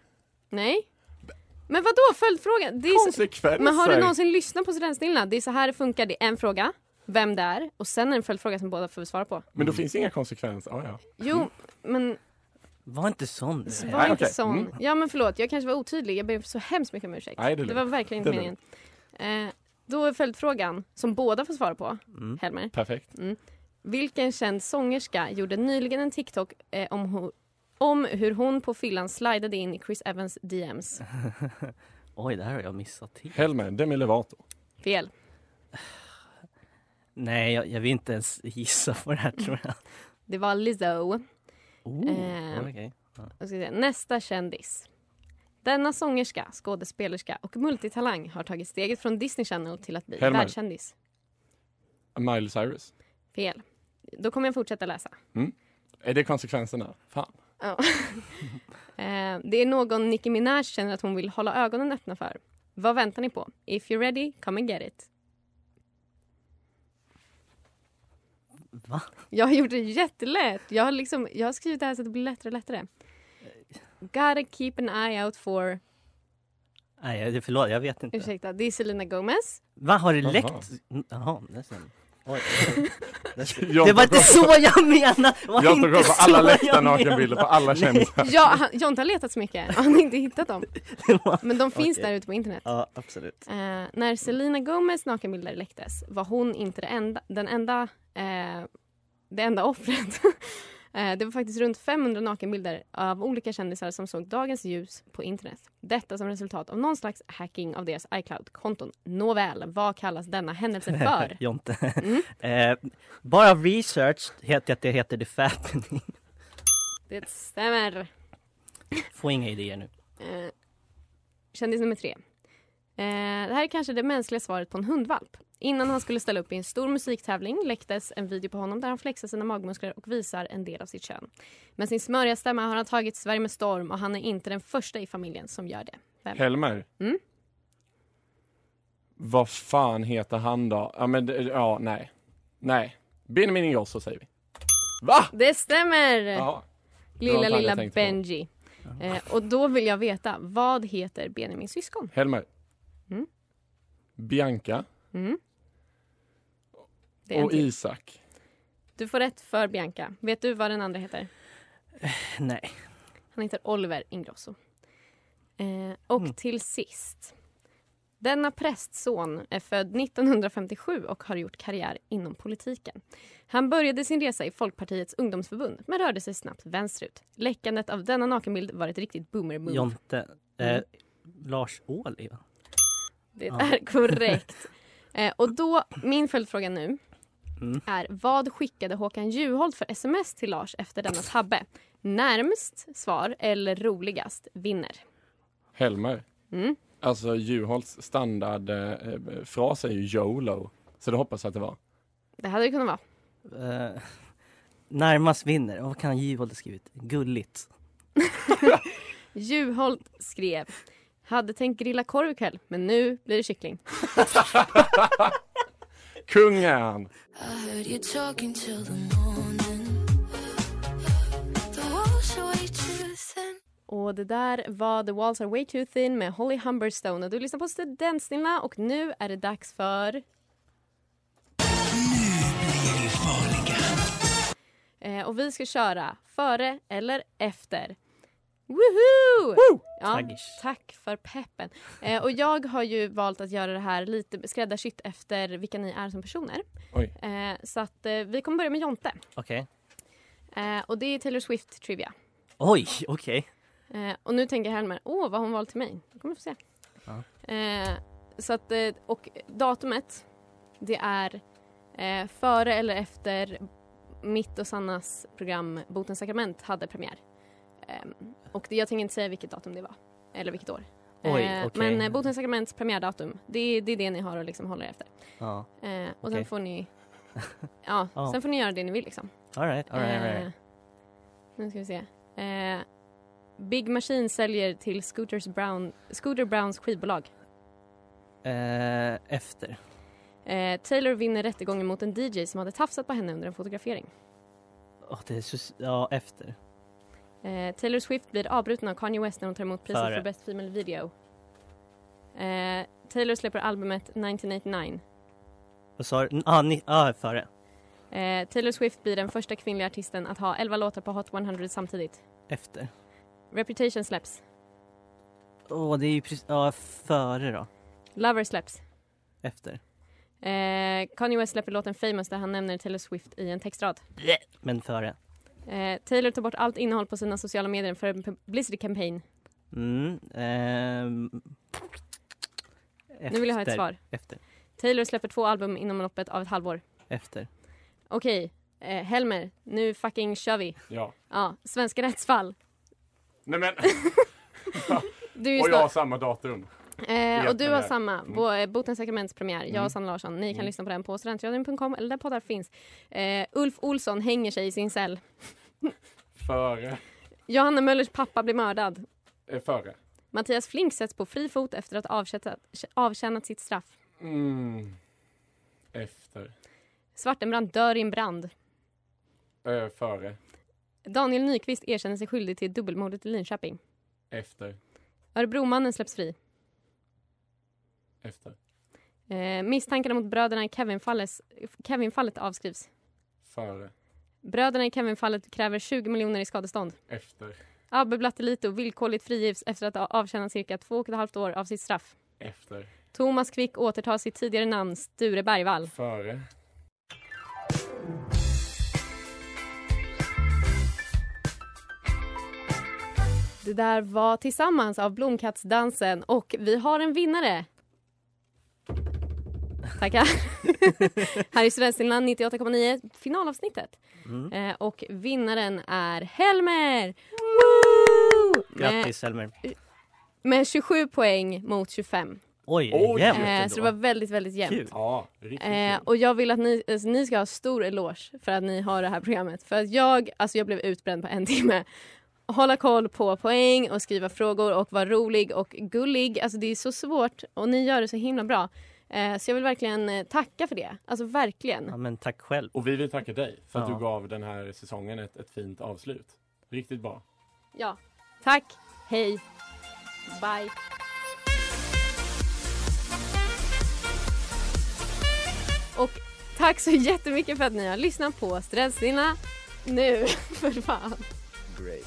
[SPEAKER 5] Nej. Men vad då följdfråga? Det är så-
[SPEAKER 6] Konsekvenser!
[SPEAKER 5] Men har du någonsin lyssnat på Studentsnillena? Det är så här det funkar. Det är en fråga, vem det är och sen är det en följdfråga som båda får svara på.
[SPEAKER 6] Men då finns det inga konsekvenser. Ah, ja.
[SPEAKER 5] Jo, men
[SPEAKER 7] Var inte sån.
[SPEAKER 5] Var
[SPEAKER 6] Nej,
[SPEAKER 5] inte
[SPEAKER 6] okej.
[SPEAKER 5] sån.
[SPEAKER 6] Mm.
[SPEAKER 5] Ja men förlåt, jag kanske var otydlig. Jag ber så hemskt mycket om ursäkt.
[SPEAKER 6] Nej, det är
[SPEAKER 5] det var
[SPEAKER 6] lugnt.
[SPEAKER 5] verkligen
[SPEAKER 6] Det
[SPEAKER 5] inte
[SPEAKER 6] är
[SPEAKER 5] meningen. Eh, då är följdfrågan, som båda får svara på,
[SPEAKER 7] Mm.
[SPEAKER 5] Helmer.
[SPEAKER 6] Perfekt.
[SPEAKER 5] Vilken känd sångerska gjorde nyligen en TikTok eh, om, ho- om hur hon på fyllan slidade in i Chris Evans DMs?
[SPEAKER 7] Oj, det här har jag missat helt.
[SPEAKER 6] Helmer, Demi Lovato.
[SPEAKER 5] Fel.
[SPEAKER 7] Nej, jag, jag vill inte ens gissa på det här tror jag.
[SPEAKER 5] Det var Lizzo.
[SPEAKER 7] Oh,
[SPEAKER 5] Eh,
[SPEAKER 7] okej.
[SPEAKER 5] Jag ska säga, nästa kändis. Denna sångerska, skådespelerska och multitalang har tagit steget från Disney Channel till att bli
[SPEAKER 6] Helmer.
[SPEAKER 5] världskändis.
[SPEAKER 6] Miley Cyrus.
[SPEAKER 5] Fel. Då kommer jag fortsätta läsa.
[SPEAKER 6] Är det konsekvenserna? Fan.
[SPEAKER 5] Ja. [laughs] Eh, det är någon Nicki Minaj känner att hon vill hålla ögonen öppna för. Vad väntar ni på? If you're ready, come and get it.
[SPEAKER 7] Va?
[SPEAKER 5] Jag har gjort det jättelätt. Jag har, liksom, jag har skrivit det här så att det blir lättare och lättare. Gotta keep an eye out for...
[SPEAKER 7] Nej, jag- förlåt, jag vet inte.
[SPEAKER 5] Ursäkta, det är Selena Gomez.
[SPEAKER 7] Va, har det
[SPEAKER 6] Jaha.
[SPEAKER 7] läckt? Mm, Jaha, det ser man.
[SPEAKER 9] Oj.
[SPEAKER 7] Det var inte så jag menade! Det var
[SPEAKER 6] Jag tog
[SPEAKER 7] inte
[SPEAKER 6] koll på
[SPEAKER 7] så
[SPEAKER 6] alla
[SPEAKER 7] jag
[SPEAKER 6] läckta nakenbilder
[SPEAKER 7] menade.
[SPEAKER 6] på alla
[SPEAKER 7] Nej. [laughs]
[SPEAKER 6] kändisar.
[SPEAKER 5] Ja, han, Jonte har letat så mycket. Han har inte hittat dem.
[SPEAKER 7] Det var-
[SPEAKER 5] Men de finns
[SPEAKER 7] Okej.
[SPEAKER 5] där ute på internet.
[SPEAKER 7] Ja, absolut.
[SPEAKER 5] Eh, när Selena Gomez nakenbilder läcktes var hon inte det enda, den enda, eh, det enda offret. [laughs] eh, det var faktiskt runt 500 nakenbilder av olika kändisar som såg dagens ljus på internet. Detta som resultat av någon slags hacking av deras iCloud-konton. Nåväl, vad kallas denna
[SPEAKER 7] [laughs]
[SPEAKER 5] händelse för?
[SPEAKER 7] Jonte. [laughs] Eh, bara av research heter att det heter The [laughs] Fattening.
[SPEAKER 5] Det stämmer.
[SPEAKER 7] Få inga idéer nu.
[SPEAKER 5] Eh, kändis nummer tre. Eh, det här är kanske det mänskliga svaret på en hundvalp. Innan han skulle ställa upp i en stor musiktävling läcktes en video på honom där han flexar sina magmuskler och visar en del av sitt kön. Med sin smöriga stämma har han tagit Sverige med storm och han är inte den första i familjen som gör det.
[SPEAKER 6] Helmer.
[SPEAKER 5] Mm.
[SPEAKER 6] Vad fan heter han då? Ja, men det- ja, nej. Nej. Benjamin Ingrosso säger vi. Va?
[SPEAKER 5] Det stämmer!
[SPEAKER 6] Ja. det var
[SPEAKER 5] lilla,
[SPEAKER 6] inte han jag
[SPEAKER 5] lilla
[SPEAKER 6] tänkte på.
[SPEAKER 5] Benji. Eh, och då vill jag veta, vad heter Benjamins syskon?
[SPEAKER 6] Helmer.
[SPEAKER 5] Mm.
[SPEAKER 6] Bianca
[SPEAKER 5] Mm. Det är en
[SPEAKER 6] och
[SPEAKER 5] till.
[SPEAKER 6] Isak.
[SPEAKER 5] Du får rätt för Bianca. Vet du vad den andra heter?
[SPEAKER 7] Nej.
[SPEAKER 5] Han heter Oliver Ingrosso. Eh, och till sist. Denna prästson är född 1957 och har gjort karriär inom politiken. Han började sin resa i Folkpartiets ungdomsförbund men rörde sig snabbt vänsterut. Läckandet av denna nakenbild var ett riktigt boomer-move.
[SPEAKER 7] Jonte. Eh,
[SPEAKER 5] Mm.
[SPEAKER 7] Lars Ohly va?
[SPEAKER 5] Det
[SPEAKER 7] Ja.
[SPEAKER 5] är korrekt. Eh, och då, min följdfråga nu
[SPEAKER 7] Mm.
[SPEAKER 5] är vad skickade Håkan Juholt för sms till Lars efter denna tabbe? Närmst svar eller roligast vinner.
[SPEAKER 6] Helmer.
[SPEAKER 5] Mm.
[SPEAKER 6] Alltså Juholts standardfras eh, fras är ju YOLO. Så det hoppas jag att det var.
[SPEAKER 5] Det hade det kunnat vara.
[SPEAKER 7] Eh, närmast vinner. Och vad kan Juholt ha skrivit? Gulligt.
[SPEAKER 5] Juholt skrev hade tänkt grilla korv ikväll, men nu blir det kyckling.
[SPEAKER 6] Kung är han!
[SPEAKER 8] I heard you talking till the morning. The walls are way too thin.
[SPEAKER 5] Och det där var The Walls Are Way Too Thin med Holly Humberstone. Och du lyssnar på Studentsnillena och nu är det dags för... Eh, och vi ska köra före eller efter. Woohoo! Woo! Ja,
[SPEAKER 7] Taggish.
[SPEAKER 5] tack för peppen. Eh, och jag har ju valt att göra det här lite skräddarsytt efter vilka ni är som personer.
[SPEAKER 6] Oj.
[SPEAKER 5] Eh, så att eh, vi kommer börja med Jonte.
[SPEAKER 7] Okej.
[SPEAKER 5] Eh, och det är Taylor Swift Trivia.
[SPEAKER 7] Oj, okej.
[SPEAKER 5] Eh, och nu tänker Helmer, åh vad hon valt till mig. Det kommer vi få se. Eh, så att, eh, och datumet, det är eh, före eller efter mitt och Sannas program Botens sakrament hade premiär. Eh, och det, jag tänker inte säga vilket datum det var, eller vilket år.
[SPEAKER 7] Oj,
[SPEAKER 5] Eh,
[SPEAKER 7] okej.
[SPEAKER 5] Men eh, Botens sakraments premiärdatum, det, är- det är det ni har att liksom hålla er efter.
[SPEAKER 7] Ja.
[SPEAKER 5] Eh, och
[SPEAKER 7] Okej.
[SPEAKER 5] sen får
[SPEAKER 7] [laughs]
[SPEAKER 5] ni Ja,
[SPEAKER 7] Ja.
[SPEAKER 5] sen får ni göra det ni vill liksom.
[SPEAKER 7] All right, all right, all
[SPEAKER 5] Eh,
[SPEAKER 7] right.
[SPEAKER 5] nu ska vi se. Eh, Big Machine säljer till Scooters Brown, Scooter Browns skivbolag.
[SPEAKER 7] Eh, efter.
[SPEAKER 5] Eh, Taylor vinner rättegången mot en DJ som hade tafsat på henne under en fotografering.
[SPEAKER 7] Åh, det är så... Ja, efter.
[SPEAKER 5] Eh, Taylor Swift blir avbruten av Kanye West när hon tar emot priset
[SPEAKER 7] Före.
[SPEAKER 5] för Best Female Video. Eh, Taylor släpper albumet 1989.
[SPEAKER 7] Vad sa du? Ja, ni... ah, före.
[SPEAKER 5] Eh, Taylor Swift blir den första kvinnliga artisten att ha 11 låtar på Hot 100 samtidigt.
[SPEAKER 7] Efter?
[SPEAKER 5] Reputation släpps.
[SPEAKER 7] Åh, det är ju precis... Ja, före då.
[SPEAKER 5] Lover släpps.
[SPEAKER 7] Efter.
[SPEAKER 5] Eh, Kanye West släpper låten Famous där han nämner Taylor Swift i en textrad.
[SPEAKER 7] Men före.
[SPEAKER 5] Eh, Taylor tar bort allt innehåll på sina sociala medier för en publicity campaign.
[SPEAKER 7] Mm. ehm,
[SPEAKER 5] Nu vill jag ha ett
[SPEAKER 7] efter.
[SPEAKER 5] svar.
[SPEAKER 7] Efter.
[SPEAKER 5] Taylor släpper två album inom loppet av ett halvår.
[SPEAKER 7] Efter.
[SPEAKER 5] Okej, eh, Helmer, nu fucking kör vi.
[SPEAKER 6] Ja.
[SPEAKER 5] Ja, svenska rättsfall.
[SPEAKER 6] Nej
[SPEAKER 7] [laughs]
[SPEAKER 6] men,
[SPEAKER 5] Du är ju
[SPEAKER 6] och jag har
[SPEAKER 5] snart,
[SPEAKER 6] samma datum.
[SPEAKER 5] eh, och du har
[SPEAKER 6] premiär.
[SPEAKER 5] samma.
[SPEAKER 6] Mm.
[SPEAKER 5] Bo- eh, Botens sakraments premiär. Jag
[SPEAKER 6] Mm.
[SPEAKER 5] och Sanna Larsson. Ni kan
[SPEAKER 6] Mm.
[SPEAKER 5] lyssna på den på studentradion.com eller där poddar finns. Eh, Ulf Olsson hänger sig i sin cell.
[SPEAKER 6] Före.
[SPEAKER 5] Johanna Möllers pappa blir mördad.
[SPEAKER 6] eh, Före.
[SPEAKER 5] Mattias Flink sätts på fri fot efter att avtjänat, avtjänat sitt straff.
[SPEAKER 6] Mm. Efter.
[SPEAKER 5] Svartenbrand dör i en brand.
[SPEAKER 6] Eh, Före.
[SPEAKER 5] Daniel Nyqvist erkänner sig skyldig till dubbelmordet i Linköping.
[SPEAKER 6] Efter.
[SPEAKER 5] Örebromannen släpps fri.
[SPEAKER 6] Efter.
[SPEAKER 5] Eh, misstankarna mot bröderna i Kevin-fallet Kevin avskrivs.
[SPEAKER 6] Före.
[SPEAKER 5] Bröderna i Kevin-fallet kräver 20 miljoner i skadestånd.
[SPEAKER 6] Efter.
[SPEAKER 5] Abbe Blattelito villkorligt frigivs efter att ha avtjänat cirka två och ett halvt år av sitt straff.
[SPEAKER 6] Efter.
[SPEAKER 5] Thomas Quick återtar sitt tidigare namn Sture Bergvall.
[SPEAKER 6] Före.
[SPEAKER 5] Det där var Tillsammans av Blomkattsdansen och vi har en vinnare.
[SPEAKER 7] [laughs]
[SPEAKER 5] Tackar. Här i Studentstilarna 98,9, finalavsnittet.
[SPEAKER 7] Mm.
[SPEAKER 5] Eh, och vinnaren är Helmer! Woo! Med,
[SPEAKER 7] Grattis Selmer.
[SPEAKER 5] med 27 poäng mot 25.
[SPEAKER 7] Oj,
[SPEAKER 6] Oj,
[SPEAKER 7] jämnt
[SPEAKER 5] Eh, så det var
[SPEAKER 7] ändå.
[SPEAKER 5] väldigt, väldigt jämnt.
[SPEAKER 7] Kul.
[SPEAKER 6] Ja, riktigt
[SPEAKER 5] Eh,
[SPEAKER 6] kul.
[SPEAKER 5] och jag vill att ni, alltså, ni ska ha stor eloge för att ni har det här programmet. För att jag, alltså jag blev utbränd på en [laughs] timme. Hålla koll på poäng och skriva frågor och vara rolig och gullig. Alltså det är så svårt och ni gör det så himla bra. Eh, så jag vill verkligen eh, tacka för det. Alltså verkligen.
[SPEAKER 7] Ja, men tack själv.
[SPEAKER 6] Och vi vill tacka dig för att
[SPEAKER 7] Ja.
[SPEAKER 6] du gav den här säsongen ett, ett fint avslut. Riktigt bra.
[SPEAKER 5] Ja. Tack. Hej. Bye. Och tack så jättemycket för att ni har lyssnat på Stressdina nu. [laughs] för fan.
[SPEAKER 9] Great.